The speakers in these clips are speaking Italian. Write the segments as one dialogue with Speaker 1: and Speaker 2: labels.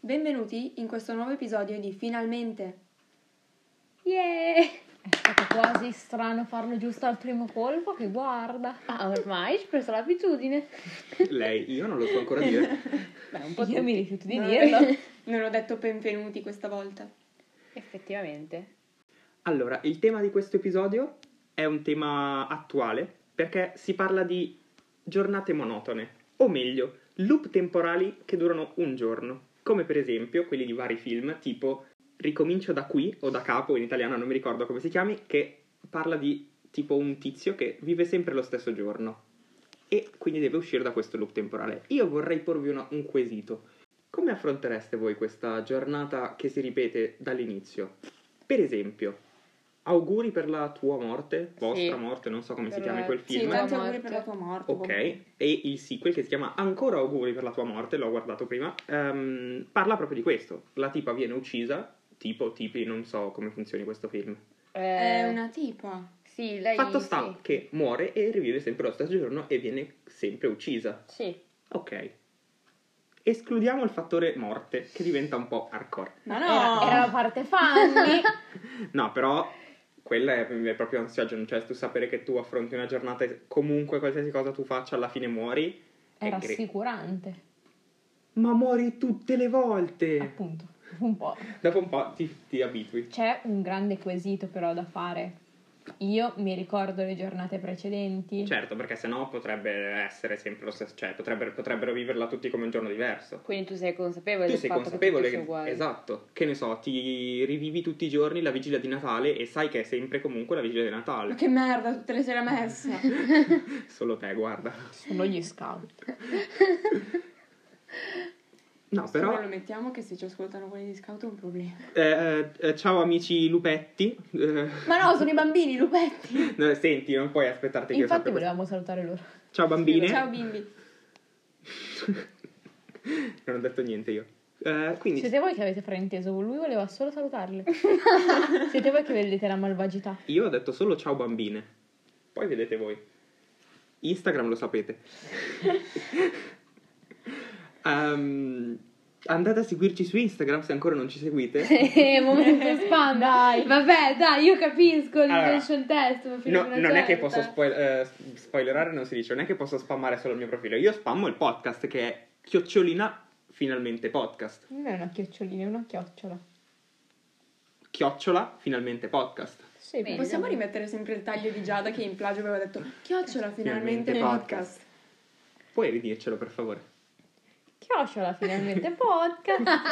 Speaker 1: Benvenuti in questo nuovo episodio di Finalmente.
Speaker 2: Yeah!
Speaker 3: È stato quasi strano farlo giusto al primo colpo, che guarda.
Speaker 2: Ah, ormai ci ho preso l'abitudine.
Speaker 4: Lei, io non lo so ancora dire.
Speaker 3: Beh, un po' io mi rifiuto di
Speaker 1: No.
Speaker 3: dirlo.
Speaker 1: Non ho detto benvenuti questa volta.
Speaker 2: Effettivamente.
Speaker 4: Allora, il tema di questo episodio è un tema attuale perché si parla di giornate monotone, o meglio, loop temporali che durano un giorno, come per esempio quelli di vari film, tipo Ricomincio da qui o da capo in italiano, non mi ricordo come si chiami, che parla di tipo un tizio che vive sempre lo stesso giorno e quindi deve uscire da questo loop temporale. Io vorrei porvi una- un quesito. Come affrontereste voi questa giornata che si ripete dall'inizio? Per esempio, auguri per la tua morte, vostra morte, non so come si
Speaker 2: Per
Speaker 4: chiami
Speaker 2: la-
Speaker 4: quel
Speaker 2: sì,
Speaker 4: film.
Speaker 1: Sì, tanti
Speaker 2: Tua
Speaker 1: auguri
Speaker 2: morte.
Speaker 1: per la tua morte. boh.
Speaker 4: Ok, e il sequel che si chiama Ancora auguri per la tua morte, l'ho guardato prima, ehm, parla proprio di questo. La tipa viene uccisa, tipo, tipi, non so come funzioni questo film.
Speaker 1: È
Speaker 2: Eh,
Speaker 1: una tipa.
Speaker 2: Sì, lei...
Speaker 4: Fatto sta
Speaker 2: Sì.
Speaker 4: che muore e rivive sempre lo stesso giorno e viene sempre uccisa.
Speaker 2: Sì.
Speaker 4: Ok. Escludiamo il fattore morte, che diventa un po' hardcore.
Speaker 1: Ma
Speaker 3: Era, era la parte fanny.
Speaker 4: No, però quella è, è proprio ansiogeno, cioè tu sapere che tu affronti una giornata e comunque qualsiasi cosa tu faccia alla fine muori.
Speaker 3: È
Speaker 4: È gre-
Speaker 3: rassicurante,
Speaker 4: Ma muori tutte le volte!
Speaker 3: appunto. Un po'.
Speaker 4: Dopo un po' ti, ti abitui.
Speaker 3: C'è un grande quesito però da fare. Io mi ricordo le giornate precedenti.
Speaker 4: Certo, perché sennò potrebbe essere sempre lo stesso, cioè potrebbe- potrebbero viverla tutti come un giorno diverso.
Speaker 2: Quindi tu sei consapevole
Speaker 4: tu
Speaker 2: del
Speaker 4: sei
Speaker 2: fatto
Speaker 4: consapevole
Speaker 2: che tutti sono uguali.
Speaker 4: esatto, che ne so, ti rivivi tutti i giorni la vigilia di Natale e sai che è sempre comunque la vigilia di
Speaker 1: Ma
Speaker 4: Natale.
Speaker 1: che merda, tutte le sere a messa.
Speaker 4: Solo te, guarda.
Speaker 3: Sono gli scout.
Speaker 4: No,
Speaker 1: Però
Speaker 4: però
Speaker 1: lo mettiamo che se ci ascoltano quelli di scout è un problema.
Speaker 4: eh, eh, ciao amici lupetti. Eh,
Speaker 1: Ma no, sono i bambini, lupetti.
Speaker 4: no, senti, non puoi aspettarti che io
Speaker 3: Infatti
Speaker 4: sappia questo.
Speaker 3: volevamo salutare loro.
Speaker 4: Ciao bambine.
Speaker 1: Ciao bimbi.
Speaker 4: non ho detto niente io. Eh, quindi
Speaker 3: Siete voi che avete frainteso, lui voleva solo salutarli. Siete voi che vedete la malvagità.
Speaker 4: Io ho detto solo ciao bambine. Poi vedete voi. Instagram lo sapete. Ehm, andate a seguirci su Instagram se ancora non ci seguite.
Speaker 2: Eh, momento spam.
Speaker 3: Dai.
Speaker 2: Vabbè, dai, io capisco
Speaker 4: Allora,
Speaker 2: l'intention test. ma fino
Speaker 4: No,
Speaker 2: a una
Speaker 4: non è che
Speaker 2: certa.
Speaker 4: posso spoil- eh, spoilerare, non si dice, non è che posso spammare solo il mio profilo. Io spammo il podcast che è Chiocciolina Finalmente Podcast.
Speaker 3: Non è una chiocciolina, è una chiocciola.
Speaker 4: Chiocciola Finalmente Podcast.
Speaker 3: Sì,
Speaker 2: Bene.
Speaker 1: Possiamo rimettere sempre il taglio di Giada che in plagio aveva detto chiocciola finalmente
Speaker 4: Finalmente
Speaker 1: podcast.
Speaker 4: Puoi ridircelo per favore?
Speaker 3: Chiocciola finalmente podcast.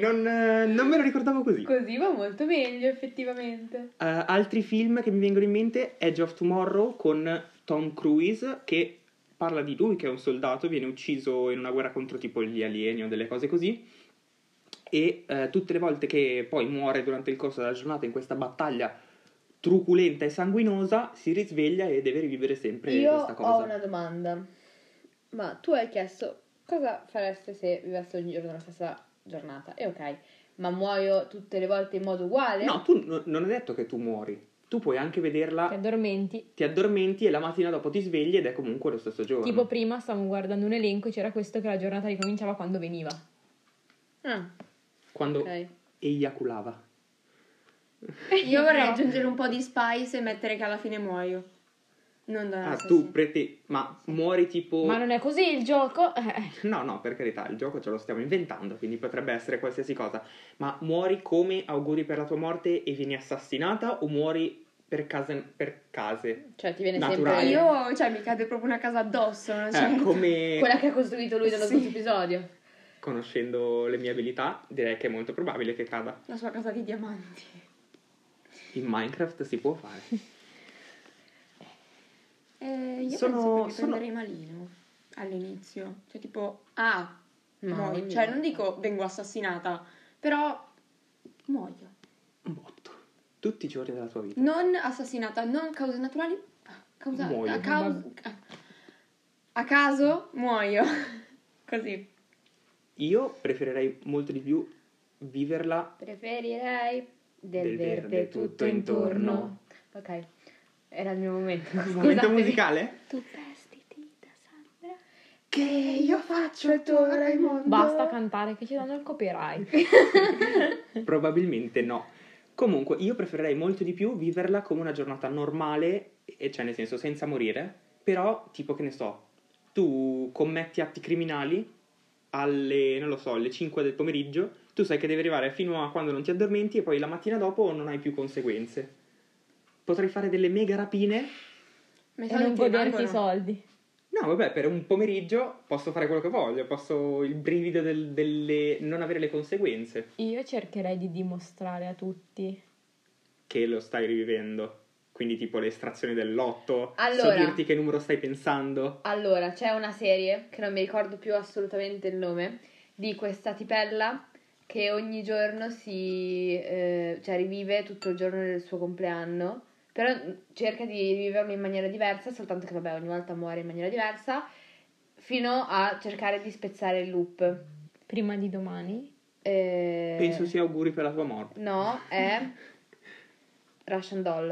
Speaker 4: Non, eh, non me lo ricordavo così.
Speaker 2: Così va molto meglio, effettivamente.
Speaker 4: Eh, altri film che mi vengono in mente è Edge of Tomorrow con Tom Cruise che parla di lui che è un soldato, viene ucciso in una guerra contro tipo gli alieni o delle cose così e eh, tutte le volte che poi muore durante il corso della giornata in questa battaglia truculenta e sanguinosa si risveglia e deve rivivere sempre
Speaker 2: Io
Speaker 4: questa cosa.
Speaker 2: ho una domanda. Ma tu hai chiesto cosa fareste se vivessi ogni giorno la stessa giornata? E ok, ma muoio tutte le volte in modo uguale?
Speaker 4: No, tu n- non è detto che tu muori, tu puoi anche
Speaker 3: Ti
Speaker 4: vederla,
Speaker 3: addormenti.
Speaker 4: ti addormenti e la mattina dopo ti svegli ed è comunque lo stesso giorno.
Speaker 3: Tipo prima stavamo guardando un elenco e c'era questo che la giornata ricominciava quando veniva.
Speaker 2: Ah,
Speaker 4: quando
Speaker 2: ok.
Speaker 4: eiaculava.
Speaker 1: Io vorrei
Speaker 3: No.
Speaker 1: aggiungere un po' di spice e mettere che alla fine muoio. Non da
Speaker 4: Ah,
Speaker 1: sì,
Speaker 4: tu
Speaker 1: sì.
Speaker 4: prete- ma muori tipo...
Speaker 3: Ma non è così il gioco? Eh.
Speaker 4: No, no, per carità, il gioco ce lo stiamo inventando, quindi potrebbe essere qualsiasi cosa. Ma muori come auguri per la tua morte e vieni assassinata o muori per case... Per case?
Speaker 2: Cioè, ti viene
Speaker 3: Ah,
Speaker 4: Naturale.
Speaker 2: sempre
Speaker 1: Io, cioè, mi cade proprio una casa addosso. non so.
Speaker 4: Eh, come...
Speaker 2: quella che ha costruito lui nello
Speaker 1: Sì.
Speaker 2: stesso episodio.
Speaker 4: Conoscendo le mie abilità, direi che è molto probabile che cada.
Speaker 1: La sua casa di diamanti.
Speaker 4: In Minecraft si può fare.
Speaker 1: Eh, io
Speaker 4: Sono-
Speaker 1: penso che mi
Speaker 4: sono-
Speaker 1: prenderei malino all'inizio. Cioè, tipo, ah,
Speaker 2: Ma
Speaker 1: muoio.
Speaker 2: ogni-
Speaker 1: Cioè, non dico vengo assassinata, però muoio.
Speaker 4: Un botto. Tutti i giorni della tua vita.
Speaker 1: Non assassinata, non cause naturali. ah, Causa,
Speaker 4: Muoio.
Speaker 1: A, caus- ah, a caso muoio. Così.
Speaker 4: Io preferirei molto di più viverla...
Speaker 2: Preferirei
Speaker 4: Del
Speaker 2: del, verde,
Speaker 4: verde
Speaker 2: tutto,
Speaker 4: tutto
Speaker 2: intorno.
Speaker 4: intorno.
Speaker 2: Ok, era il mio momento.
Speaker 4: Un
Speaker 2: scusatemi.
Speaker 4: momento musicale?
Speaker 2: Tu vestiti da Sandra.
Speaker 1: Che io faccio il tuo Raimondo.
Speaker 3: Basta cantare che ci danno il copyright.
Speaker 4: Probabilmente no. Comunque, io preferirei molto di più viverla come una giornata normale, e cioè nel senso senza morire, però tipo che ne so, tu commetti atti criminali alle, non lo so, alle 5 del pomeriggio, tu sai che devi arrivare fino a quando non ti addormenti e poi la mattina dopo non hai più conseguenze. Potrei fare delle mega rapine.
Speaker 1: Ma i
Speaker 3: e
Speaker 1: soldi
Speaker 3: non
Speaker 1: ti
Speaker 3: goderti i
Speaker 1: rimangono.
Speaker 3: soldi.
Speaker 4: No, vabbè, per un pomeriggio posso fare quello che voglio, posso il brivido del, delle non avere le conseguenze.
Speaker 3: Io cercherei di dimostrare a tutti.
Speaker 4: che lo stai rivivendo. Quindi tipo le estrazioni dell'otto,
Speaker 2: Allora.
Speaker 4: so dirti che numero stai pensando.
Speaker 2: Allora, c'è una serie che non mi ricordo più assolutamente il nome di questa tipella che ogni giorno si eh, cioè rivive tutto il giorno del suo compleanno, però cerca di riviverlo in maniera diversa, soltanto che vabbè, ogni volta muore in maniera diversa fino a cercare di spezzare il loop.
Speaker 3: Prima di domani.
Speaker 2: Eh,
Speaker 4: Penso sia auguri per la tua morte.
Speaker 2: No, è Russian Doll.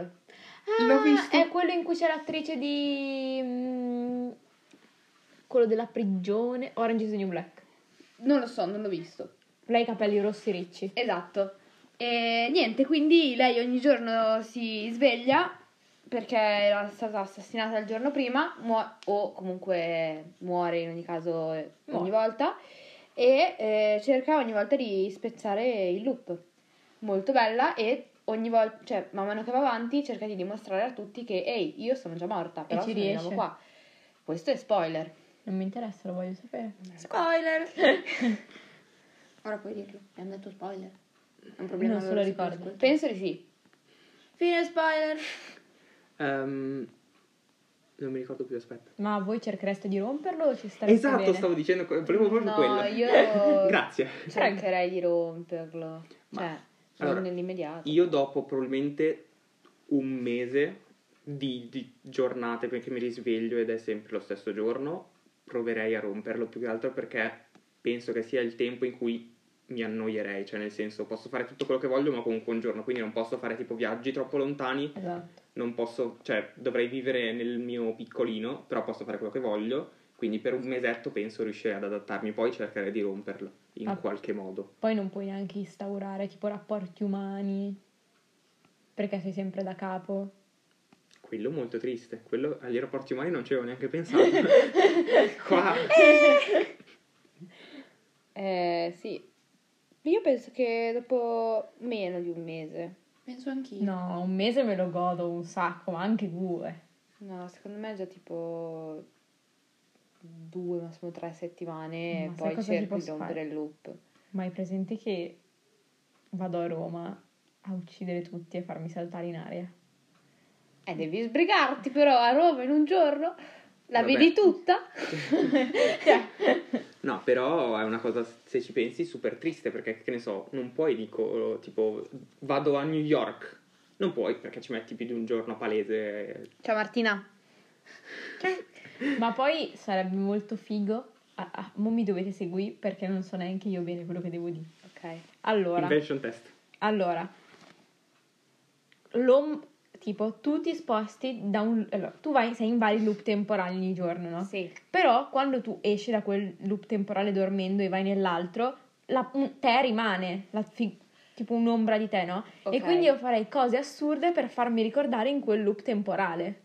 Speaker 4: L'ho
Speaker 3: Ah,
Speaker 4: visto.
Speaker 3: È quello in cui c'è l'attrice di... mm, quello della prigione. Orange is the New Black.
Speaker 2: Non lo so, non l'ho visto.
Speaker 3: Lei ha i capelli rossi ricci.
Speaker 2: Esatto. E niente, quindi lei ogni giorno si sveglia perché era stata assassinata il giorno prima muo- o comunque muore in ogni caso eh, ogni
Speaker 3: Muore.
Speaker 2: volta e eh, cerca ogni volta di spezzare il loop. Molto bella e ogni volta, cioè man mano che va avanti cerca di dimostrare a tutti che ehi, io sono già morta, però
Speaker 3: ci
Speaker 2: sono di nuovo
Speaker 3: riesce.
Speaker 2: qua. Questo è spoiler.
Speaker 3: Non mi interessa, lo voglio sapere.
Speaker 1: Spoiler! Ora puoi dirlo, è un detto spoiler. È un problema.
Speaker 3: Non se lo
Speaker 1: loro
Speaker 3: ricorda.
Speaker 1: si ascolta.
Speaker 2: Penso di sì.
Speaker 1: Fine spoiler!
Speaker 4: Ehm, non mi ricordo più, aspetta.
Speaker 3: Ma voi cerchereste di romperlo o ci stareste
Speaker 4: Esatto,
Speaker 3: bene? Cioè,
Speaker 4: stavo dicendo, que- volevo proprio
Speaker 2: No,
Speaker 4: quello.
Speaker 2: io-
Speaker 4: Grazie.
Speaker 2: Cercherei di romperlo.
Speaker 4: Ma-
Speaker 2: Cioè,
Speaker 4: allora,
Speaker 2: non nell'immediato.
Speaker 4: Io dopo probabilmente un mese di, di giornate perché mi risveglio ed è sempre lo stesso giorno, proverei a romperlo più che altro perché penso che sia il tempo in cui mi annoierei, cioè nel senso posso fare tutto quello che voglio ma comunque un giorno, quindi non posso fare tipo viaggi troppo lontani,
Speaker 3: Esatto.
Speaker 4: non posso, cioè dovrei vivere nel mio piccolino, però posso fare quello che voglio, quindi per un mesetto penso riuscirei ad adattarmi, poi cercherei di romperlo in
Speaker 3: Ah.
Speaker 4: qualche modo.
Speaker 3: Poi non puoi neanche instaurare tipo rapporti umani perché sei sempre da capo.
Speaker 4: Quello molto triste, quello agli rapporti umani non ci avevo neanche pensato. Qua
Speaker 2: Eh, sì. Io penso che dopo meno di un mese.
Speaker 1: Penso anch'io.
Speaker 3: No, un mese me lo godo un sacco, ma anche due.
Speaker 2: No, secondo me è già tipo due, massimo tre settimane
Speaker 3: Ma
Speaker 2: e
Speaker 3: sai
Speaker 2: poi
Speaker 3: cosa ci
Speaker 2: cerco di
Speaker 3: posso
Speaker 2: rompere
Speaker 3: fare?
Speaker 2: il loop.
Speaker 3: Ma hai presente che vado a Roma a uccidere tutti e farmi saltare in aria?
Speaker 2: Eh, devi sbrigarti però a Roma in un giorno. La
Speaker 4: Vabbè.
Speaker 2: vedi tutta? Cioè,
Speaker 4: No, però è una cosa, se ci pensi, super triste perché, che ne so, non puoi, dico, tipo, vado a New York. Non puoi perché ci metti più di un giorno palese.
Speaker 2: Ciao Martina.
Speaker 3: Ma poi sarebbe molto figo. Ah, ah, mo mi dovete seguire perché non so neanche io bene quello che devo dire.
Speaker 2: Ok.
Speaker 3: Allora,
Speaker 4: Invention test.
Speaker 3: Allora, l'om- tipo, tu ti sposti da un... Allora, tu vai, sei in vari loop temporali ogni giorno, no?
Speaker 2: Sì.
Speaker 3: Però quando tu esci da quel loop temporale dormendo e vai nell'altro, la- un- te rimane, la fi- tipo un'ombra di te, no?
Speaker 2: Ok.
Speaker 3: E quindi io farei cose assurde per farmi ricordare in quel loop temporale.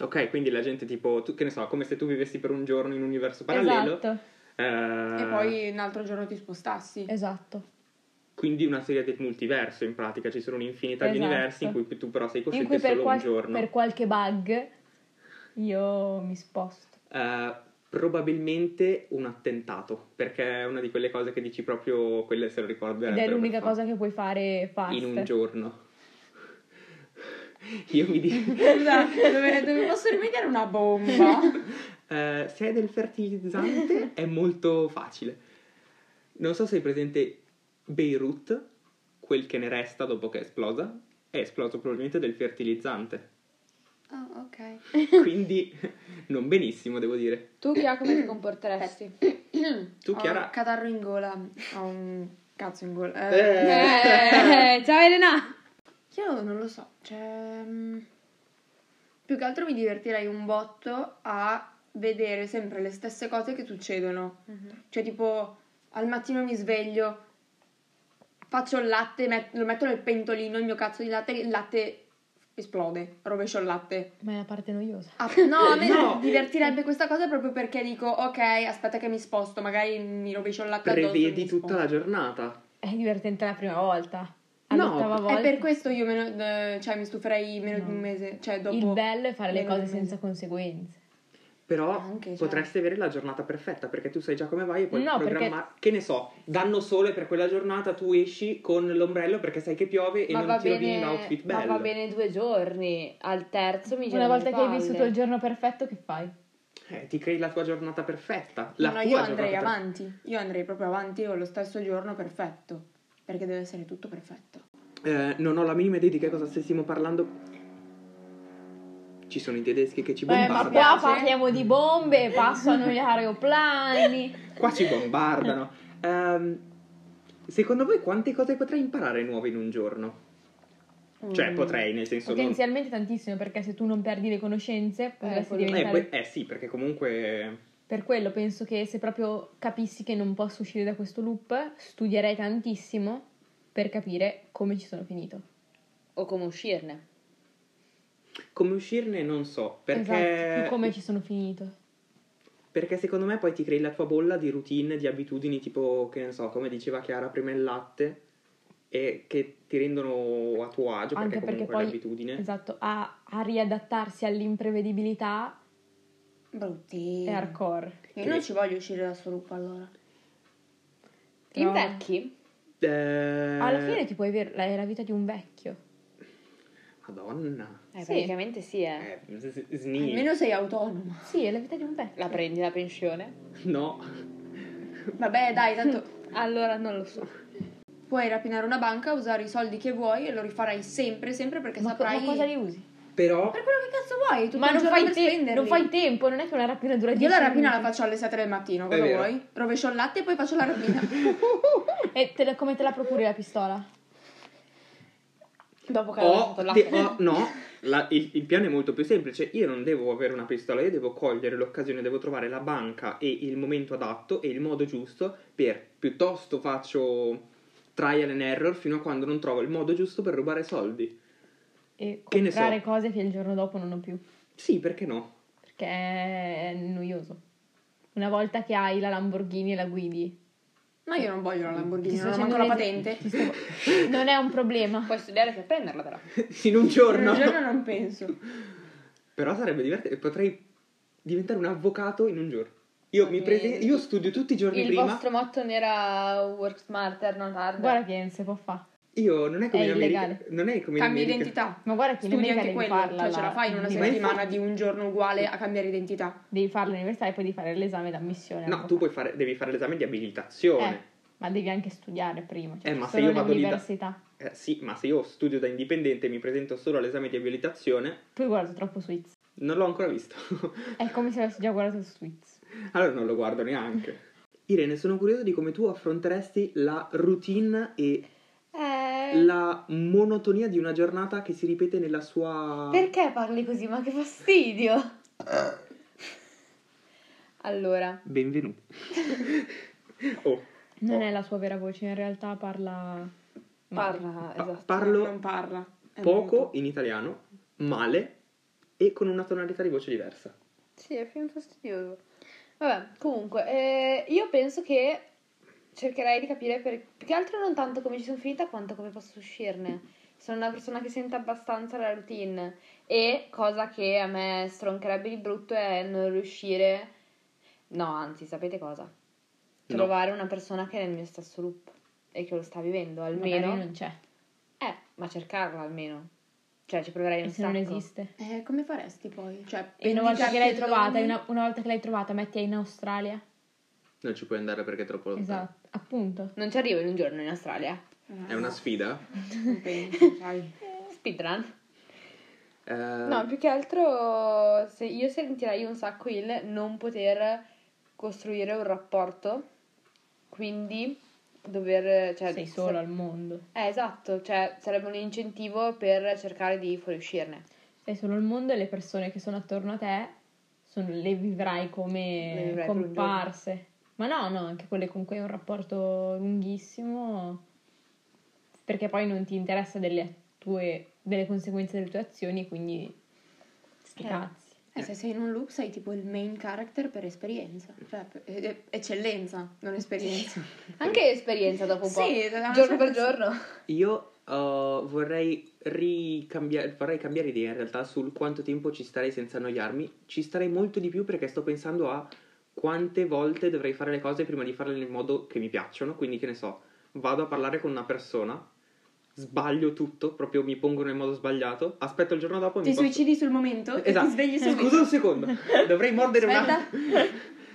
Speaker 4: Ok, quindi la gente, tipo, tu, che ne so, come se tu vivessi per un giorno in un universo parallelo.
Speaker 3: Esatto,
Speaker 4: Eh,
Speaker 1: E poi un altro giorno ti spostassi.
Speaker 3: esatto.
Speaker 4: Quindi una serie del multiverso, in pratica. Ci sono un'infinità di
Speaker 3: Esatto.
Speaker 4: universi in cui tu però sei
Speaker 3: In
Speaker 4: cosciente
Speaker 3: cui per,
Speaker 4: solo
Speaker 3: qual-
Speaker 4: un giorno.
Speaker 3: per qualche bug io mi sposto.
Speaker 4: Eh, probabilmente un attentato, perché è una di quelle cose che dici proprio, quelle se lo ricorderebbero.
Speaker 3: Ed è l'unica
Speaker 4: per forza.
Speaker 3: cosa che puoi fare fast.
Speaker 4: in un giorno. Io mi dico,
Speaker 1: Scusa, dove, dove posso rimediare una bomba?
Speaker 4: eh, se è del fertilizzante è molto facile. Non so se hai presente Beirut, quel che ne resta dopo che è esplosa, è esploso probabilmente del fertilizzante.
Speaker 1: Ah, ok.
Speaker 4: Quindi non benissimo, devo dire.
Speaker 2: Tu, Chia, come ti comporteresti?
Speaker 4: Tu,
Speaker 1: Ho
Speaker 4: Chiara-
Speaker 1: un catarro in gola. Ho un cazzo in gola.
Speaker 4: Eh.
Speaker 2: Eh, ciao Elena.
Speaker 1: Io non lo so, cioè... mm, Più che altro mi divertirei un botto a vedere sempre le stesse cose che succedono. Cioè tipo al mattino mi sveglio, faccio il latte, met- lo metto nel pentolino, il mio cazzo di latte, il latte esplode, rovescio il latte.
Speaker 3: Ma è la parte noiosa.
Speaker 1: Ah, no, a me
Speaker 4: No.
Speaker 1: divertirebbe questa cosa proprio perché dico, ok, aspetta che mi sposto, magari mi rovescio il latte addosso e
Speaker 4: Prevedi
Speaker 1: mi
Speaker 4: tutta
Speaker 1: sposto.
Speaker 4: la giornata.
Speaker 3: È divertente la prima volta.
Speaker 4: No,
Speaker 3: All'ottava volta.
Speaker 1: È per questo io meno- eh, cioè, mi stuferei meno di
Speaker 3: No.
Speaker 1: un mese, cioè dopo...
Speaker 3: Il bello è fare le
Speaker 1: meno di
Speaker 3: cose
Speaker 1: un mese.
Speaker 3: senza conseguenze.
Speaker 4: Però
Speaker 1: Anche, cioè.
Speaker 4: potresti avere la giornata perfetta perché tu sai già come vai e puoi
Speaker 3: No, perché-
Speaker 4: programmare. Che ne so, danno sole per quella giornata, tu esci con l'ombrello perché sai che piove e
Speaker 2: ma va
Speaker 4: non ti rovini un
Speaker 2: bene,
Speaker 4: outfit
Speaker 2: ma
Speaker 4: bello.
Speaker 2: va bene due giorni, al terzo mi
Speaker 3: Una
Speaker 2: girano le
Speaker 3: volta che hai
Speaker 2: palle.
Speaker 3: vissuto il giorno perfetto, che fai?
Speaker 4: Eh, ti crei la tua giornata perfetta. La
Speaker 1: No, no,
Speaker 4: tua
Speaker 1: io andrei
Speaker 4: giornata perfetta.
Speaker 1: avanti, io andrei proprio avanti con lo stesso giorno perfetto, perché deve essere tutto perfetto.
Speaker 4: Eh, non ho la minima idea di che cosa stessimo parlando. Ci sono i tedeschi che ci
Speaker 3: Beh, Eh, ma
Speaker 4: bombardano.
Speaker 3: qua
Speaker 1: Piace.
Speaker 3: parliamo di bombe, passano gli aeroplani.
Speaker 4: Qua ci bombardano. Ehm, secondo voi quante cose potrei imparare nuove in un giorno? Cioè,
Speaker 2: Mm.
Speaker 4: potrei, nel senso non...
Speaker 3: Potenzialmente tantissimo, perché se tu non perdi le conoscenze, potresti
Speaker 2: quello-
Speaker 4: Eh,
Speaker 3: diventare...
Speaker 4: que- eh sì, perché comunque...
Speaker 3: Per quello penso che se proprio capissi che non posso uscire da questo loop, studierei tantissimo per capire come ci sono finito.
Speaker 2: O come uscirne.
Speaker 4: Come uscirne non so,
Speaker 3: Esatto,
Speaker 4: perché...
Speaker 3: più come ci sono finito.
Speaker 4: Perché secondo me poi ti crei la tua bolla di routine, di abitudini, tipo, che ne so, come diceva Chiara prima il latte, e che ti rendono a tuo agio, perché
Speaker 3: Anche perché
Speaker 4: comunque
Speaker 3: poi-
Speaker 4: l'abitudine...
Speaker 3: Esatto, a, a riadattarsi all'imprevedibilità è
Speaker 1: Bruttino.
Speaker 3: hardcore.
Speaker 1: Io non ci voglio uscire da sto loop allora.
Speaker 3: Però-
Speaker 2: Invecchi?
Speaker 4: Eh,
Speaker 3: Alla fine ti puoi vedere, è la vita di un vecchio.
Speaker 4: Madonna.
Speaker 2: Eh,
Speaker 3: Sì.
Speaker 2: praticamente sì, eh.
Speaker 4: Eh, s- s- sni.
Speaker 1: Almeno sei autonoma.
Speaker 3: Sì, è la vita di un vecchio.
Speaker 2: La prendi la pensione?
Speaker 4: No.
Speaker 1: Vabbè, dai, tanto
Speaker 2: Allora non lo so.
Speaker 1: puoi rapinare una banca, usare i soldi che vuoi e lo rifarai sempre, sempre perché
Speaker 3: Ma, co- ma
Speaker 1: saprai.
Speaker 3: cosa li usi?
Speaker 4: Però...
Speaker 1: Per quello che cazzo vuoi, tutto
Speaker 3: Ma
Speaker 1: il
Speaker 3: non
Speaker 1: giorno
Speaker 3: fai,
Speaker 1: per
Speaker 3: te-
Speaker 1: spenderli.
Speaker 3: non fai tempo, non è che una rapina dura 10
Speaker 1: Io la rapina la
Speaker 3: minuti.
Speaker 1: faccio alle 7 del mattino,
Speaker 4: È
Speaker 1: cosa
Speaker 4: vero.
Speaker 1: vuoi? Rovescio il latte e poi faccio la rapina.
Speaker 3: E te la- come te la procuri la pistola?
Speaker 2: Dopo che avevo
Speaker 4: Ho, de-
Speaker 2: lasciato l'app.
Speaker 4: ho- no, la- il, il piano è molto più semplice. Io non devo avere una pistola, io devo cogliere l'occasione, devo trovare la banca e il momento adatto e il modo giusto per piuttosto faccio trial and error fino a quando non trovo il modo giusto per rubare soldi.
Speaker 3: E
Speaker 4: Che ne
Speaker 3: comprare
Speaker 4: so.
Speaker 3: cose che il giorno dopo non ho più.
Speaker 4: Sì, perché no?
Speaker 3: Perché è noioso. Una volta che hai la Lamborghini e la guidi.
Speaker 1: Ma io non voglio la Lamborghini,
Speaker 3: Ti sto
Speaker 1: non ho
Speaker 3: facendo
Speaker 1: manco la
Speaker 3: un
Speaker 1: patente.
Speaker 3: es- ti sto- Non è un problema.
Speaker 2: Puoi studiare per prenderla però.
Speaker 4: In un
Speaker 1: Per
Speaker 4: giorno.
Speaker 1: un giorno non penso.
Speaker 4: Però sarebbe divertente, potrei diventare un avvocato in un giorno. Io, mi
Speaker 2: Ok.
Speaker 4: prese- io studio tutti i giorni
Speaker 2: Il
Speaker 4: prima.
Speaker 2: vostro motto non era work smarter, non harder.
Speaker 3: Guarda che si può fare.
Speaker 4: Io non è come
Speaker 3: È
Speaker 4: in America.
Speaker 3: illegale.
Speaker 4: Non è come in
Speaker 1: Cambi
Speaker 4: America.
Speaker 1: identità.
Speaker 3: Ma guarda che in
Speaker 1: Studi
Speaker 3: America
Speaker 1: anche
Speaker 3: devi
Speaker 1: quello,
Speaker 3: farla.
Speaker 1: cioè ce la fai in una
Speaker 4: Ma
Speaker 1: settimana
Speaker 4: infatti-
Speaker 1: di un giorno uguale a cambiare identità.
Speaker 3: Devi fare l'università e poi devi fare l'esame d'ammissione.
Speaker 4: No, tu puoi fare, devi fare l'esame di abilitazione.
Speaker 3: Eh, ma devi anche studiare prima. Cioè,
Speaker 4: Eh,
Speaker 3: ci
Speaker 4: ma se
Speaker 3: sono
Speaker 4: io
Speaker 3: le
Speaker 4: vado lì da-
Speaker 3: università.
Speaker 4: Eh, sì, ma se io studio da indipendente e mi presento solo all'esame di abilitazione,
Speaker 3: Tu hai guardato troppo Suits.
Speaker 4: non l'ho ancora visto.
Speaker 3: È come se avessi già guardato Suits.
Speaker 4: allora non lo guardo neanche. Irene, sono curioso di come tu affronteresti la routine e
Speaker 2: Eh,
Speaker 4: la monotonia di una giornata che si ripete nella sua...
Speaker 2: Perché parli così? Ma che fastidio!
Speaker 4: Eh.
Speaker 2: allora,
Speaker 4: Benvenuto. oh,
Speaker 3: Non
Speaker 4: Oh.
Speaker 3: è la sua vera voce, in realtà parla...
Speaker 2: parla,
Speaker 4: pa-
Speaker 2: esatto.
Speaker 4: parlo
Speaker 1: Non parla. È
Speaker 4: poco
Speaker 1: muto.
Speaker 4: in italiano, male e con una tonalità di voce diversa.
Speaker 2: Sì, è film fastidioso. Vabbè, comunque, eh, io penso che cercherei di capire per... più che altro non tanto come ci sono finita quanto come posso uscirne. Sono una persona che sente abbastanza la routine e cosa che a me stroncherebbe di brutto è non riuscire... No, anzi, sapete cosa?
Speaker 4: No.
Speaker 2: Trovare una persona che è nel mio stesso loop e che lo sta vivendo, almeno...
Speaker 3: Magari non c'è.
Speaker 2: Eh, ma cercarla almeno. Cioè, ci proverei un
Speaker 3: E se non
Speaker 2: sacco.
Speaker 3: esiste.
Speaker 1: Eh, come faresti poi? Cioè,
Speaker 3: E una volta
Speaker 1: vendi
Speaker 3: che l'hai
Speaker 1: cartelloni-
Speaker 3: trovata, una, una volta che l'hai trovata, metti in Australia.
Speaker 4: Non ci puoi andare perché è troppo lontano.
Speaker 3: Esatto, appunto.
Speaker 2: Non ci arrivo in un giorno in Australia.
Speaker 4: È una sfida?
Speaker 1: Non penso, sai.
Speaker 2: Speedrun.
Speaker 4: Eh,
Speaker 2: No, più che altro se io sentirei un sacco il non poter costruire un rapporto, quindi dover... Cioè,
Speaker 3: Sei
Speaker 2: sa-
Speaker 3: solo al mondo.
Speaker 2: Eh, esatto, cioè sarebbe un incentivo per cercare di fuoriuscirne.
Speaker 3: Sei solo al mondo e le persone che sono attorno a te sono- le vivrai come
Speaker 2: Le vivrai per un
Speaker 3: comparse. Ma no, no, anche quelle con cui hai un rapporto lunghissimo, perché poi non ti interessa delle tue, delle conseguenze delle tue azioni, quindi sti
Speaker 1: Eh.
Speaker 3: cazzi.
Speaker 1: Eh, se sei in un loop sei tipo il main character per esperienza, cioè per- eh, eh, eccellenza, non esperienza.
Speaker 2: Anche esperienza dopo un po'.
Speaker 1: Sì, da una
Speaker 2: giorno
Speaker 1: certa-
Speaker 2: per giorno.
Speaker 4: Io eh, vorrei, ricambiare, vorrei cambiare idea in realtà sul quanto tempo ci starei senza annoiarmi. Ci starei molto di più perché sto pensando a quante volte dovrei fare le cose prima di farle nel modo che mi piacciono. Quindi, che ne so, vado a parlare con una persona, sbaglio tutto, proprio mi pongo nel modo sbagliato, aspetto il giorno dopo e
Speaker 1: Ti
Speaker 4: mi posso-
Speaker 1: suicidi sul momento e
Speaker 4: Esatto.
Speaker 1: ti svegli sul
Speaker 4: Scusa un secondo, dovrei mordere una...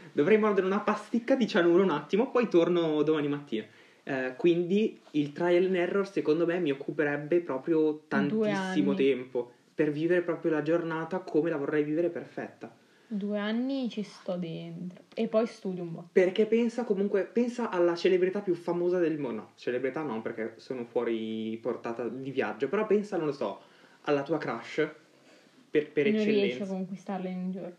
Speaker 4: Dovrei mordere una pasticca di cianuro un attimo, poi torno domani mattina. Eh, quindi il trial and error secondo me mi occuperebbe proprio tantissimo
Speaker 3: anni.
Speaker 4: tempo per vivere proprio la giornata come la vorrei vivere perfetta.
Speaker 3: Due anni ci sto dentro e poi studio un po'.
Speaker 4: Perché pensa comunque, pensa alla celebrità più famosa del mondo. No, celebrità no, perché sono fuori portata di viaggio, però pensa, non lo so, alla tua crush per, per
Speaker 3: non riesco a
Speaker 4: eccellenza.
Speaker 3: conquistarle in un giorno.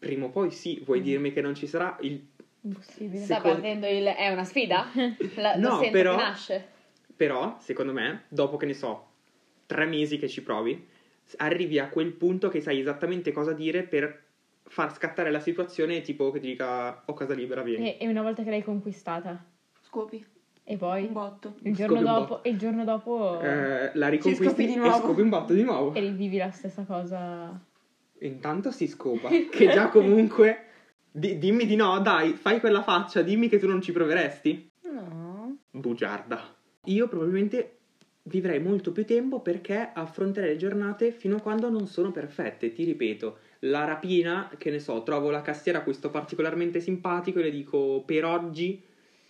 Speaker 4: Prima o poi sì, vuoi
Speaker 3: Mm.
Speaker 4: dirmi che non ci sarà il
Speaker 3: Impossibile.
Speaker 2: Sta
Speaker 4: Secondo-
Speaker 2: partendo il... È una sfida? La,
Speaker 4: No,
Speaker 2: lo sento
Speaker 4: però-
Speaker 2: che nasce.
Speaker 4: Però, secondo me, dopo che ne so, tre mesi che ci provi, s- arrivi a quel punto che sai esattamente cosa dire per far scattare la situazione tipo che ti dica ho casa libera,
Speaker 1: Eh.
Speaker 4: vieni.
Speaker 3: E, e una volta che l'hai conquistata,
Speaker 1: Scopi,
Speaker 3: e poi
Speaker 1: un botto.
Speaker 3: il giorno
Speaker 4: Scopi un
Speaker 3: dopo, e il giorno dopo
Speaker 4: Eh, la
Speaker 1: Ci scopi
Speaker 4: riconquisti
Speaker 1: di
Speaker 4: e
Speaker 1: nuovo.
Speaker 4: scopi un botto di nuovo.
Speaker 3: e rivivi la stessa cosa.
Speaker 4: Intanto si scopa, che già comunque... Di- dimmi di no, dai, fai quella faccia, dimmi che tu non ci proveresti.
Speaker 2: No.
Speaker 4: Bugiarda. Io probabilmente vivrei molto più tempo perché affronterei le giornate fino a quando non sono perfette. Ti ripeto, la rapina, che ne so, trovo la cassiera a cui sto particolarmente simpatico e le dico per oggi.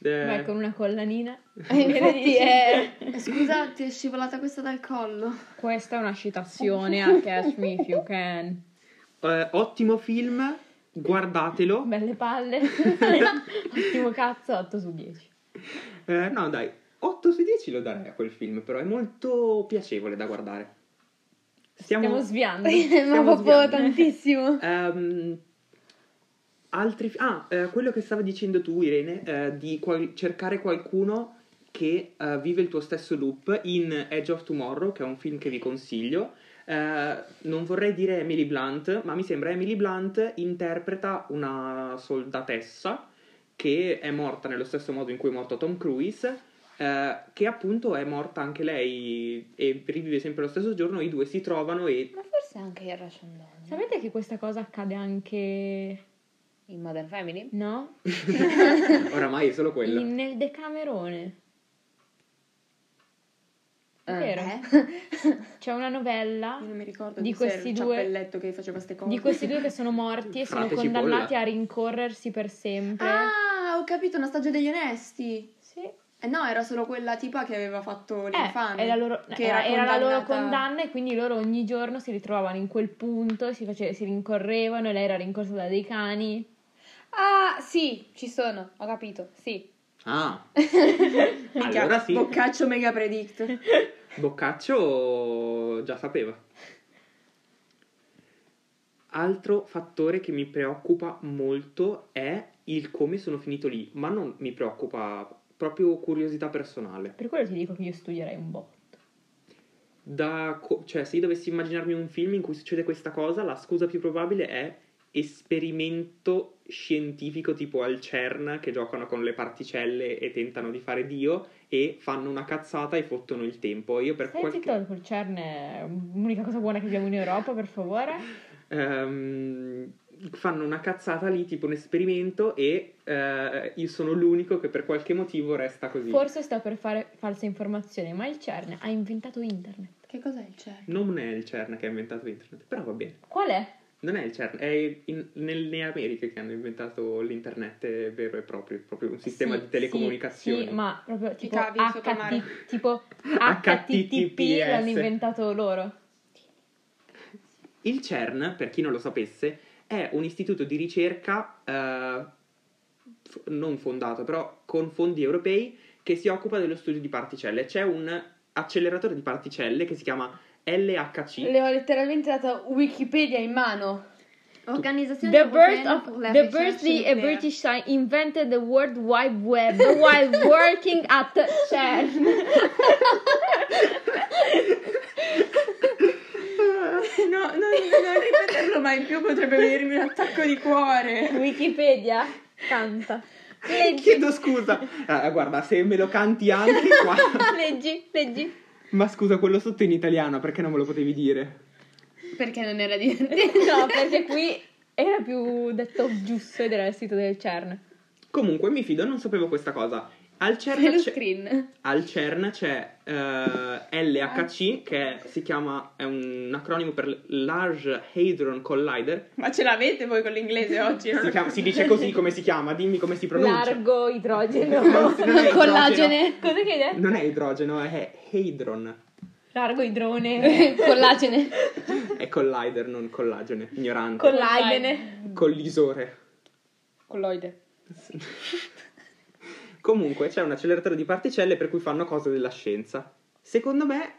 Speaker 4: eh,
Speaker 3: Vai con una collanina. eh.
Speaker 2: Eh, infatti è...
Speaker 1: Scusa, ti Eh, è scivolata questa dal collo.
Speaker 3: Questa è una citazione a Catch Me If You Can.
Speaker 4: eh, ottimo film, guardatelo.
Speaker 3: Belle palle. Ottimo cazzo, 8 su 10.
Speaker 4: Eh, no, dai, 8 su 10 lo darei a quel film, però è molto piacevole da guardare.
Speaker 3: Stiamo sviando.
Speaker 2: Ma
Speaker 4: Stiamo
Speaker 2: proprio
Speaker 4: sviando.
Speaker 2: tantissimo.
Speaker 4: Ehm, altri. fi- Ah, eh, quello che stavi dicendo tu, Irene, eh, di qual- cercare qualcuno che eh, vive il tuo stesso loop in Edge of Tomorrow, che è un film che vi consiglio. Eh, non vorrei dire Emily Blunt, ma mi sembra Emily Blunt interpreta una soldatessa che è morta nello stesso modo in cui è morto Tom Cruise. eh, che appunto è morta anche lei e rivive sempre lo stesso giorno, i due si trovano e
Speaker 2: Ma forse anche il Russian Doll.
Speaker 3: Sapete che questa cosa accade anche...
Speaker 2: In Modern Family?
Speaker 3: No?
Speaker 4: oramai è solo quello.
Speaker 3: In- nel Decamerone. È
Speaker 2: Eh.
Speaker 3: vero? C'è una novella
Speaker 1: Io non mi ricordo
Speaker 3: Di
Speaker 1: di
Speaker 3: questi
Speaker 1: questi
Speaker 3: due-
Speaker 1: due. cappelletto che faceva queste cose.
Speaker 3: di questi due che sono morti e sono
Speaker 4: Frate
Speaker 3: condannati
Speaker 4: Cipolla.
Speaker 3: a rincorrersi per sempre.
Speaker 1: Ah, ho capito, una stagione degli onesti.
Speaker 3: Sì.
Speaker 1: Eh no, era solo quella tipa che aveva fatto l'infame.
Speaker 3: Eh, era, loro-
Speaker 1: che
Speaker 3: era- era la loro
Speaker 1: condannata-
Speaker 3: condanna e quindi loro ogni giorno si ritrovavano in quel punto, e si, face- si rincorrevano e lei era rincorsa da dei cani.
Speaker 2: Ah, sì, ci sono, ho capito, sì.
Speaker 4: Ah,
Speaker 1: Minchia,
Speaker 4: allora sì,
Speaker 1: Boccaccio mega predict.
Speaker 4: Boccaccio già sapeva. Altro fattore che mi preoccupa molto è il come sono finito lì, ma non mi preoccupa, proprio curiosità personale.
Speaker 3: Per quello ti dico che io studierei un botto.
Speaker 4: Da co- cioè, se io dovessi immaginarmi un film in cui succede questa cosa, la scusa più probabile è esperimento scientifico tipo al CERN che giocano con le particelle e tentano di fare Dio e fanno una cazzata e fottono il tempo. Io per
Speaker 3: Stai
Speaker 4: qualche...
Speaker 3: zitto col CERN, è l'unica cosa buona che abbiamo in Europa, per favore.
Speaker 4: Ehm, fanno una cazzata lì, tipo un esperimento, e eh, io sono l'unico che per qualche motivo resta così.
Speaker 3: Forse sto per fare falsa informazione, ma il CERN ha inventato internet.
Speaker 1: Che cos'è il CERN?
Speaker 4: Non è il CERN che ha inventato internet, però va bene.
Speaker 3: Qual è?
Speaker 4: Non è il CERN, è in- nelle Americhe che hanno inventato l'internet vero e proprio, proprio un sistema
Speaker 3: Sì,
Speaker 4: di telecomunicazioni.
Speaker 3: Sì, sì, ma proprio tipo,
Speaker 1: cavi sottomare.
Speaker 3: HT, tipo
Speaker 4: HTTPS. eh,
Speaker 3: HTTP l'hanno inventato loro.
Speaker 4: Il CERN, per chi non lo sapesse, è un istituto di ricerca eh, f- non fondato, però con fondi europei che si occupa dello studio di particelle. C'è un acceleratore di particelle che si chiama LHC.
Speaker 2: Le ho letteralmente data Wikipedia in mano.
Speaker 1: Organisation
Speaker 5: The birth
Speaker 1: européenne
Speaker 5: of
Speaker 1: pour la
Speaker 5: the
Speaker 1: recherche
Speaker 5: birthday a
Speaker 1: nucléaire.
Speaker 5: British scientist invented the World Wide Web while working at CERN.
Speaker 1: No, no, no, non ripeterlo mai più, potrebbe venirmi un attacco di cuore.
Speaker 5: Wikipedia canta. Leggi,
Speaker 4: Chiedo scusa. Ah, guarda, se me lo canti anche qua.
Speaker 5: leggi, leggi.
Speaker 4: Ma scusa, quello sotto è in italiano, perché non me lo potevi dire?
Speaker 2: Perché non era divertente.
Speaker 3: No, perché qui era più detto giusto ed era il sito del CERN.
Speaker 4: Comunque, mi fido, non sapevo questa cosa. Al CERN
Speaker 2: Lo
Speaker 4: c'è...
Speaker 2: screen.
Speaker 4: Al CERN c'è eh, LHC che si chiama, è un acronimo per Large Hadron Collider.
Speaker 1: Ma ce l'avete voi con l'inglese oggi?
Speaker 4: Si,
Speaker 1: Non...
Speaker 4: chiama- si dice così come si chiama, dimmi come si pronuncia.
Speaker 3: Largo, idrogeno.
Speaker 4: Non si- non è idrogeno.
Speaker 5: Collagene.
Speaker 3: Cosa che hai detto?
Speaker 4: Non è idrogeno, è hadron.
Speaker 3: Largo, idrone.
Speaker 5: Collagene.
Speaker 4: È collider, non collagene. Ignorante.
Speaker 3: Collagene.
Speaker 4: Collisore.
Speaker 2: Colloide.
Speaker 4: Comunque c'è un acceleratore di particelle per cui fanno cose della scienza. Secondo me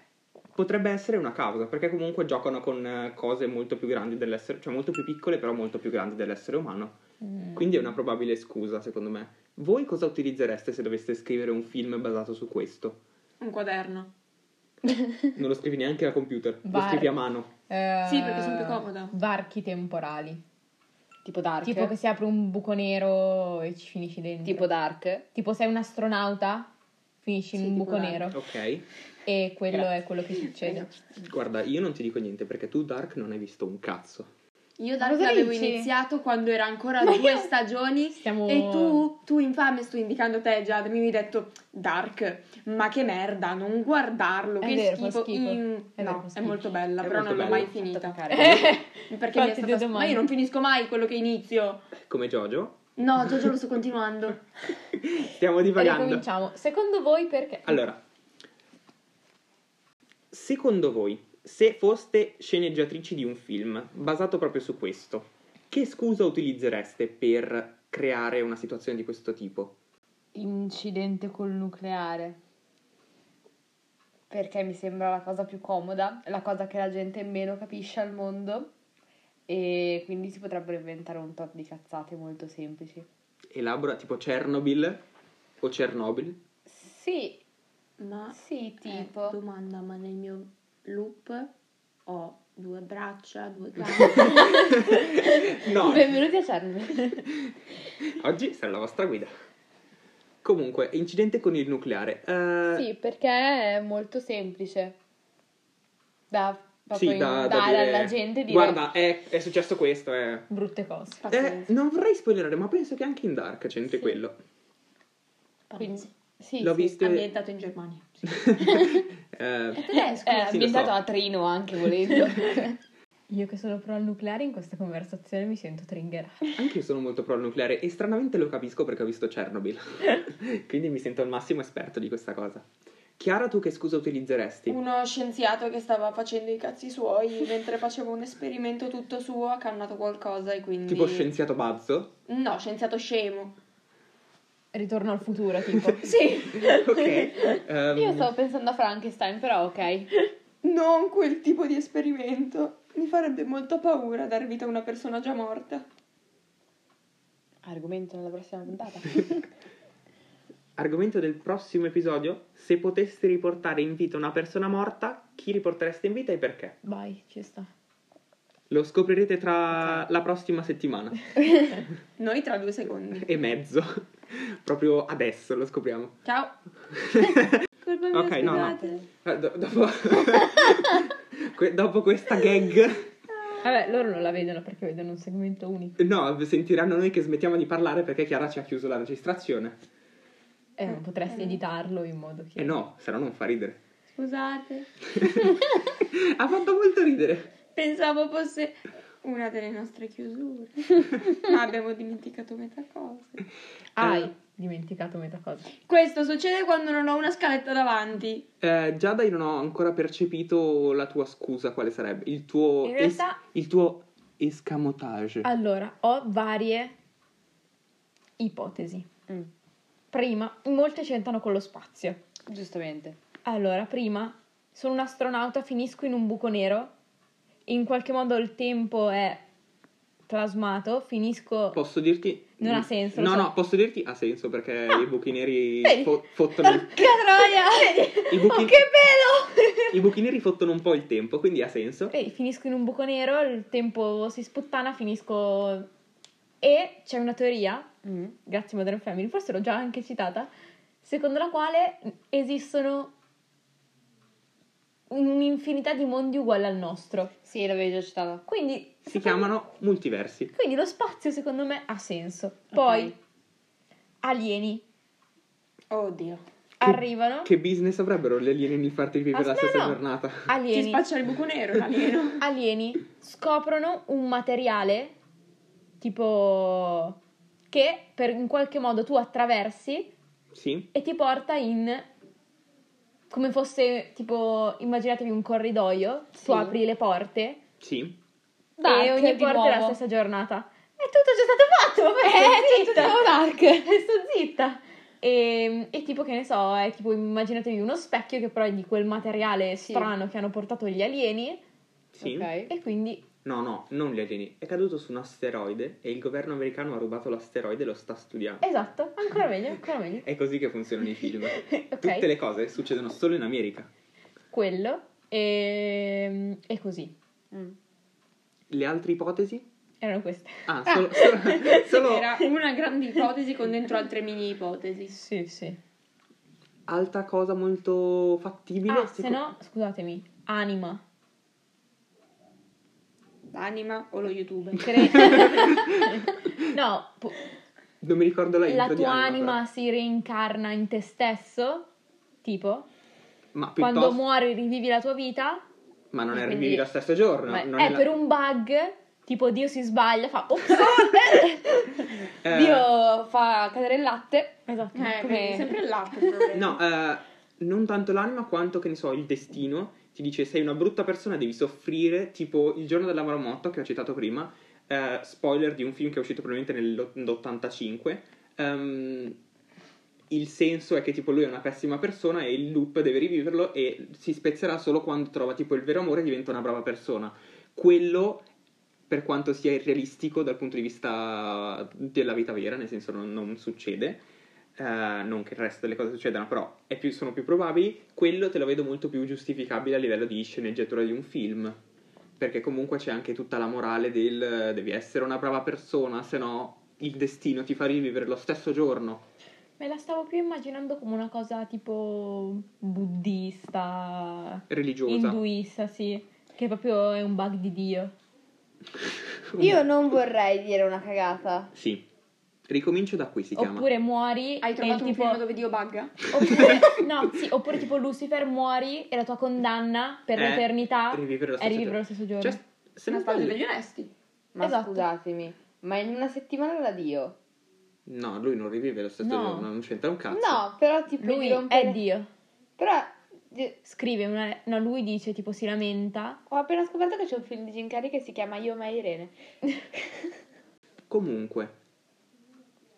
Speaker 4: potrebbe essere una causa, perché comunque giocano con eh, cose molto più grandi dell'essere, cioè molto più piccole, però molto più grandi dell'essere umano.
Speaker 3: Mm.
Speaker 4: Quindi è una probabile scusa, secondo me. Voi cosa utilizzereste se doveste scrivere un film basato su questo?
Speaker 1: Un quaderno.
Speaker 4: Non lo scrivi neanche da computer, lo
Speaker 3: Vai.
Speaker 4: scrivi a mano.
Speaker 3: Eh,
Speaker 1: Sì, perché sono più comoda.
Speaker 3: Varchi temporali.
Speaker 2: Tipo dark.
Speaker 3: Tipo che si apre un buco nero e ci finisci dentro.
Speaker 2: Tipo dark.
Speaker 3: Tipo sei un astronauta, finisci in
Speaker 2: Sì,
Speaker 3: un
Speaker 2: tipo
Speaker 3: buco
Speaker 2: Dark.
Speaker 3: nero.
Speaker 4: Ok,
Speaker 3: E quello è quello che succede.
Speaker 4: guarda, io non ti dico niente perché tu Dark non hai visto un cazzo.
Speaker 1: Io Dark
Speaker 3: cosa
Speaker 1: l'avevo
Speaker 3: dici?
Speaker 1: iniziato quando era ancora
Speaker 3: Ma
Speaker 1: due
Speaker 3: io-
Speaker 1: stagioni
Speaker 3: Stiamo...
Speaker 1: E tu, tu infame, sto indicando te Giada, mi hai detto Dark, ma che merda, non guardarlo,
Speaker 3: È
Speaker 1: che
Speaker 3: vero, fa
Speaker 1: schifo.
Speaker 3: schifo.
Speaker 1: Mm,
Speaker 3: È vero,
Speaker 1: no,
Speaker 3: fa
Speaker 1: è
Speaker 3: schifo.
Speaker 1: molto bella,
Speaker 4: È
Speaker 1: però
Speaker 4: molto
Speaker 1: non l'ho
Speaker 4: bella.
Speaker 1: mai finita. Perché mi è
Speaker 3: Fatti
Speaker 1: stata...
Speaker 3: due
Speaker 1: Ma
Speaker 3: domande.
Speaker 1: io non finisco mai quello che inizio.
Speaker 4: Come Jojo,
Speaker 1: No, Giorgio lo sto continuando.
Speaker 4: stiamo
Speaker 3: E
Speaker 4: divagando.
Speaker 3: ricominciamo. Secondo voi perché?
Speaker 4: Allora, secondo voi, se foste sceneggiatrici di un film basato proprio su questo, che scusa utilizzereste per creare una situazione di questo tipo?
Speaker 2: Incidente col nucleare. Perché mi sembra la cosa più comoda, la cosa che la gente meno capisce al mondo. E quindi si potrebbero inventare un tot di cazzate molto semplici.
Speaker 4: Elabora tipo Chernobyl o Chernobyl?
Speaker 2: Sì,
Speaker 1: Ma
Speaker 2: sì,
Speaker 1: eh,
Speaker 2: tipo.
Speaker 1: domanda, ma nel mio loop ho due braccia, due gambe.
Speaker 4: No, Eh.
Speaker 2: Benvenuti a Chernobyl.
Speaker 4: oggi sarà la vostra guida. Comunque, incidente con il nucleare. Eh,
Speaker 2: sì, perché è molto semplice. Da
Speaker 4: sì,
Speaker 2: proprio
Speaker 4: da, da
Speaker 2: dare
Speaker 4: dire-
Speaker 2: alla gente dire
Speaker 4: Guarda, è, è successo questo. eh.
Speaker 3: Brutte cose.
Speaker 4: Eh,
Speaker 1: Pazienza.
Speaker 4: non vorrei spoilerare, ma penso che anche in Dark c'entri
Speaker 2: Sì.
Speaker 4: quello.
Speaker 1: Pazienza.
Speaker 2: Sì,
Speaker 4: L'ho
Speaker 2: sì.
Speaker 4: visto.
Speaker 1: Ambientato in Germania.
Speaker 4: Eh,
Speaker 2: Eh, È
Speaker 4: Sì, lo
Speaker 2: ambientato
Speaker 4: so.
Speaker 2: a Trino anche volendo.
Speaker 3: Io che sono pro al nucleare in questa conversazione mi sento tringherata.
Speaker 4: Anche io sono molto pro al nucleare e stranamente lo capisco perché ho visto Chernobyl. Quindi mi sento al massimo esperto di questa cosa. Chiara, tu che scusa utilizzeresti?
Speaker 1: Uno scienziato che stava facendo i cazzi suoi mentre faceva un esperimento tutto suo ha cannato qualcosa e quindi...
Speaker 4: Tipo scienziato pazzo?
Speaker 1: No, scienziato scemo.
Speaker 3: Ritorno al futuro, tipo.
Speaker 1: Sì.
Speaker 4: Ok. ehm,
Speaker 2: Io stavo pensando a Frankenstein, però ok.
Speaker 1: Non quel tipo di esperimento. Mi farebbe molto paura dar vita a una persona già morta.
Speaker 2: Argomento nella prossima puntata.
Speaker 4: Argomento del prossimo episodio? Se poteste riportare in vita una persona morta, chi riportereste in vita e perché?
Speaker 3: Vai, ci sta.
Speaker 4: Lo scoprirete tra la prossima settimana
Speaker 1: Noi tra due secondi.
Speaker 4: e mezzo. Proprio adesso lo scopriamo.
Speaker 1: Ciao. Colpa mia,
Speaker 4: Ok, no, no.
Speaker 1: scusate.
Speaker 4: Eh, do- dopo... que- dopo questa gag...
Speaker 3: Vabbè, loro non la vedono perché vedono un segmento unico.
Speaker 4: No, sentiranno noi che smettiamo di parlare perché Chiara ci ha chiuso la registrazione.
Speaker 3: Eh, non potresti editarlo in modo che...
Speaker 4: E Eh, no, se no non fa ridere.
Speaker 1: Scusate.
Speaker 4: ha fatto molto ridere.
Speaker 1: Pensavo fosse una delle nostre chiusure. Ma abbiamo dimenticato metà cose.
Speaker 3: Hai dimenticato metà cosa.
Speaker 1: Questo succede quando non ho una scaletta davanti.
Speaker 4: Eh, Giada, io non ho ancora percepito la tua scusa, quale sarebbe? Il tuo...
Speaker 3: In realtà-
Speaker 4: il tuo escamotage.
Speaker 3: Allora, ho varie ipotesi.
Speaker 2: Mm,
Speaker 3: Prima, molte c'entrano con lo spazio.
Speaker 2: giustamente.
Speaker 3: Allora, prima, sono un astronauta, finisco in un buco nero. In qualche modo il tempo è trasmato, finisco...
Speaker 4: Posso dirti... Mm.
Speaker 3: Non ha senso, lo
Speaker 4: No,
Speaker 3: so.
Speaker 4: no, posso dirti ha senso perché i buchi neri
Speaker 3: Vedi?
Speaker 4: fo- fottono... il-
Speaker 3: Che troia! Oh,
Speaker 4: I buchi,
Speaker 3: pelo!
Speaker 4: I buchi neri fottono un po' il tempo, quindi ha senso.
Speaker 3: E finisco in un buco nero, il tempo si sputtana, finisco... E c'è una teoria,
Speaker 2: Mm.
Speaker 3: grazie Modern Family, forse l'ho già anche citata, secondo la quale esistono un'infinità di mondi uguali al nostro.
Speaker 2: Sì, l'avevi già citato.
Speaker 3: Quindi,
Speaker 4: Si chiamano multiversi.
Speaker 3: quindi lo spazio secondo me ha senso. Poi,
Speaker 2: Ok.
Speaker 3: alieni
Speaker 1: Oddio.
Speaker 3: arrivano.
Speaker 4: Che business avrebbero gli alieni nel farti vivere la
Speaker 3: Aspetta,
Speaker 4: stessa
Speaker 3: no.
Speaker 4: giornata?
Speaker 1: Ti
Speaker 3: Alieni,
Speaker 1: spaccia il buco nero, l'alieno.
Speaker 3: alieni scoprono un materiale tipo che per in qualche modo tu attraversi
Speaker 4: Sì,
Speaker 3: e ti porta in come fosse tipo immaginatevi un corridoio,
Speaker 2: Sì.
Speaker 3: tu apri le porte
Speaker 4: sì.
Speaker 2: Dark,
Speaker 3: e ogni
Speaker 2: di
Speaker 3: porta è la
Speaker 2: nuovo.
Speaker 3: stessa giornata. E tutto già stato fatto, vabbè,
Speaker 2: Eh,
Speaker 3: sto
Speaker 2: tutto
Speaker 3: zitta.
Speaker 2: Dark.
Speaker 3: sto zitta. E, e tipo che ne so, è tipo immaginatevi uno specchio che però è di quel materiale
Speaker 2: Sì.
Speaker 3: strano che hanno portato gli alieni
Speaker 4: Sì.
Speaker 2: Ok.
Speaker 3: e quindi
Speaker 4: No, no, non gli alieni. È caduto su un asteroide e il governo americano ha rubato l'asteroide e lo sta studiando.
Speaker 3: esatto, ancora meglio, ancora meglio.
Speaker 4: È così che funzionano i film.
Speaker 3: ok.
Speaker 4: Tutte le cose succedono solo in America.
Speaker 3: Quello e, e così.
Speaker 2: Mm.
Speaker 4: Le altre ipotesi?
Speaker 3: Erano queste.
Speaker 4: Ah, solo... solo, solo
Speaker 1: Era una grande ipotesi con dentro altre mini ipotesi.
Speaker 3: Sì, sì.
Speaker 4: altra cosa molto fattibile.
Speaker 3: Ah, se
Speaker 4: seco-
Speaker 3: no, scusatemi, anima.
Speaker 1: L'anima o lo YouTube?
Speaker 3: Cre- no, pu-
Speaker 4: Non mi ricordo la intro
Speaker 3: la
Speaker 4: di
Speaker 3: tua
Speaker 4: Anima,
Speaker 3: anima si reincarna in te stesso, tipo,
Speaker 4: però. Ma piuttosto...
Speaker 3: quando muori rivivi la tua vita,
Speaker 4: Ma non è
Speaker 3: Quindi-
Speaker 4: rivivi lo stesso giorno.
Speaker 3: ma
Speaker 4: non
Speaker 3: è
Speaker 4: la-
Speaker 3: per un bug, tipo Dio si sbaglia, fa ops,
Speaker 4: Eh,
Speaker 2: Dio fa cadere il latte.
Speaker 3: esatto,
Speaker 1: Eh,
Speaker 3: come-
Speaker 1: quindi sempre l'altro problema.
Speaker 4: No, eh, non tanto l'anima quanto, che ne so, il destino. Ti dice sei una brutta persona, devi soffrire. Tipo il giorno della marmotta che ho citato prima. eh, spoiler di un film che è uscito probabilmente nell'85. il senso è che tipo lui è una pessima persona e il loop deve riviverlo e si spezzerà solo quando trova tipo il vero amore e diventa una brava persona. Quello per quanto sia irrealistico dal punto di vista della vita vera, nel senso non, non succede, eh, non che il resto delle cose succedano, però è più- sono più probabili, quello te lo vedo molto più giustificabile a livello di sceneggiatura di un film, perché comunque c'è anche tutta la morale del eh, devi essere una brava persona, se no il destino ti fa rivivere lo stesso giorno.
Speaker 3: Me la stavo più immaginando come una cosa tipo buddista,
Speaker 4: Religiosa.
Speaker 3: induista, sì, che proprio è un bug di Dio.
Speaker 2: Io non vorrei dire una cagata.
Speaker 4: Sì. Ricomincio da qui si chiama.
Speaker 3: Oppure muori
Speaker 1: Hai
Speaker 3: e
Speaker 1: trovato un
Speaker 3: tipo
Speaker 1: film dove Dio bugga?
Speaker 3: Oppure, no, sì, oppure tipo Lucifer muori e la tua condanna per
Speaker 4: È
Speaker 3: l'eternità è
Speaker 4: rivivere Eh, lo stesso
Speaker 3: rivivere lo
Speaker 4: giorno.
Speaker 3: stesso giorno.
Speaker 4: Cioè, se
Speaker 1: Una
Speaker 4: ne sta
Speaker 1: storia
Speaker 4: lì.
Speaker 1: degli onesti.
Speaker 2: Ma
Speaker 3: Esatto.
Speaker 2: scusatemi, ma in una settimana la Dio?
Speaker 4: No, lui non rivive lo stesso
Speaker 3: No.
Speaker 4: giorno, non c'entra un cazzo.
Speaker 2: No, però tipo
Speaker 3: lui
Speaker 2: di rompere-
Speaker 3: è Dio.
Speaker 2: Però di-
Speaker 3: Scrive una... No, lui dice tipo si lamenta.
Speaker 2: ho appena scoperto che c'è un film di Jim Carrey che si chiama Io ma Irene.
Speaker 4: Comunque,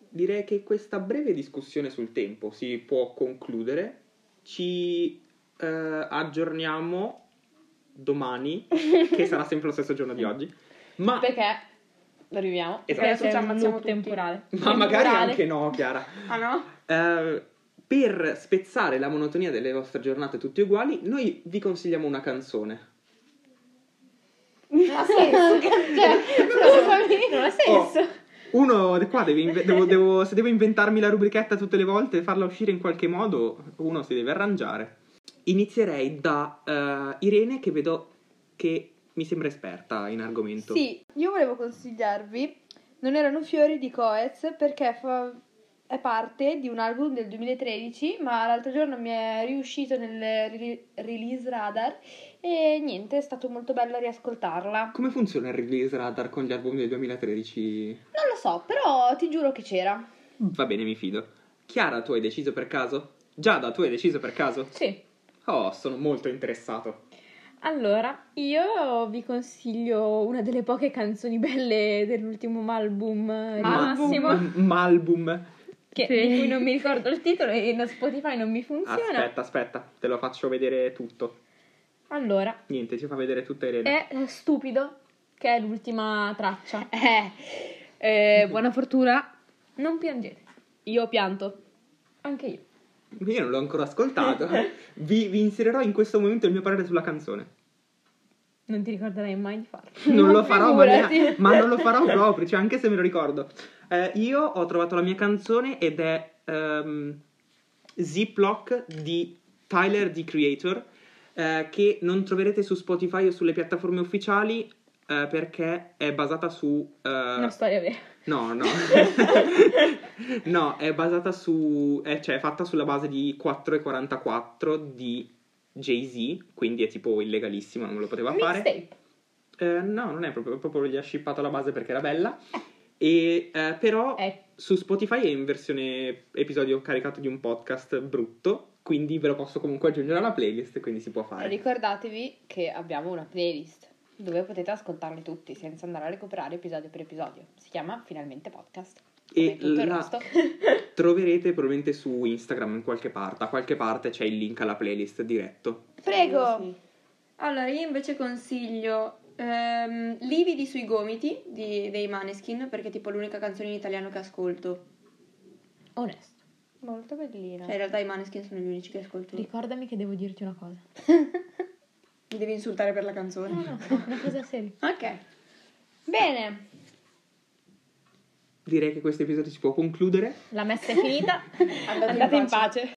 Speaker 4: direi che questa breve discussione sul tempo si può concludere. Ci eh, aggiorniamo domani, che sarà sempre lo stesso giorno di oggi. Ma,
Speaker 2: Perché lo riviamo.
Speaker 4: Esatto.
Speaker 3: Perché
Speaker 1: Adesso ci
Speaker 3: c'è un
Speaker 1: ammazziamo
Speaker 3: loop
Speaker 1: tutti.
Speaker 3: temporale.
Speaker 4: ma magari
Speaker 3: Temporale.
Speaker 4: anche no, Chiara.
Speaker 1: Ah no?
Speaker 4: Eh, per spezzare la monotonia delle vostre giornate tutte uguali, noi vi consigliamo una canzone.
Speaker 2: Non ha senso. cioè, scusami.
Speaker 3: Non ha senso.
Speaker 4: Oh. Uno qua deve inve- devo- devo- se devo inventarmi la rubrichetta tutte le volte e farla uscire in qualche modo, uno si deve arrangiare. Inizierei da eh, Irene che vedo che mi sembra esperta in argomento.
Speaker 2: Sì, io volevo consigliarvi Non erano fiori di Coez perché fa- è parte di un album del 2013, ma l'altro giorno mi è riuscito nel re- release radar e niente, è stato molto bello riascoltarla.
Speaker 4: Come funziona il release radar con gli album del 2013?
Speaker 2: Non lo so, però ti giuro che c'era.
Speaker 4: Va bene, mi fido. Chiara, tu hai deciso per caso? Giada, tu hai deciso per caso?
Speaker 3: Sì.
Speaker 4: Oh, sono molto interessato.
Speaker 3: Allora, io vi consiglio una delle poche canzoni belle dell'ultimo album di Massimo,
Speaker 4: M- Malbum.
Speaker 3: che,
Speaker 5: Sì.
Speaker 3: di cui non mi ricordo il titolo e da Spotify non mi funziona.
Speaker 4: Aspetta, aspetta, te lo faccio vedere tutto.
Speaker 3: Allora,
Speaker 4: Niente, ci fa vedere tutta Irene.
Speaker 3: è stupido. che è l'ultima traccia.
Speaker 2: Eh,
Speaker 3: Eh, buona fortuna, non piangete. Io ho pianto. Anche io.
Speaker 4: Io non l'ho ancora ascoltato. vi, vi inserirò in questo momento il mio parere sulla canzone.
Speaker 3: Non ti ricorderai mai di farlo.
Speaker 4: Non
Speaker 2: Ma
Speaker 4: lo farò, ma, ne-
Speaker 2: figurati.
Speaker 4: ma non lo farò proprio, cioè, anche se me lo ricordo. Eh, io ho trovato la mia canzone ed è ehm, Ziploc di Tyler the Creator, eh, che non troverete su Spotify o sulle piattaforme ufficiali eh, perché è basata su... eh,
Speaker 3: Una storia vera.
Speaker 4: No, no. no, è basata su... È, cioè, è fatta sulla base di 4,44 di Jay-Z, quindi è tipo illegalissimo, non lo poteva fare.
Speaker 3: Mixtape.
Speaker 4: Eh, no, non è proprio, proprio gli ha shippato la base perché era bella. E, eh, però
Speaker 3: Eh.
Speaker 4: su Spotify è in versione episodio caricato di un podcast brutto, quindi ve lo posso comunque aggiungere alla playlist, quindi si può fare.
Speaker 2: ricordatevi che abbiamo una playlist dove potete ascoltarli tutti senza andare a recuperare episodio per episodio. Si chiama Finalmente Podcast. Come
Speaker 4: E
Speaker 2: tutto il
Speaker 4: la-
Speaker 2: resto.
Speaker 4: Troverete probabilmente su Instagram in qualche parte, a qualche parte c'è il link alla playlist diretto.
Speaker 2: Prego!
Speaker 1: Sì. Allora, io invece consiglio ehm, Lividi sui gomiti di- dei Maneskin, perché è tipo l'unica canzone in italiano che ascolto.
Speaker 3: Onesto.
Speaker 2: Molto bellina.
Speaker 1: Cioè, in realtà i Maneskin sono gli unici che ascolto. Mi
Speaker 3: Ricordami che devo dirti una cosa.
Speaker 1: devi insultare per la canzone.
Speaker 3: No, no, una cosa seria.
Speaker 1: Ok.
Speaker 2: Bene,
Speaker 4: Direi che questo episodio si può concludere.
Speaker 3: La messa è finita.
Speaker 1: Andate,
Speaker 2: andate in pace.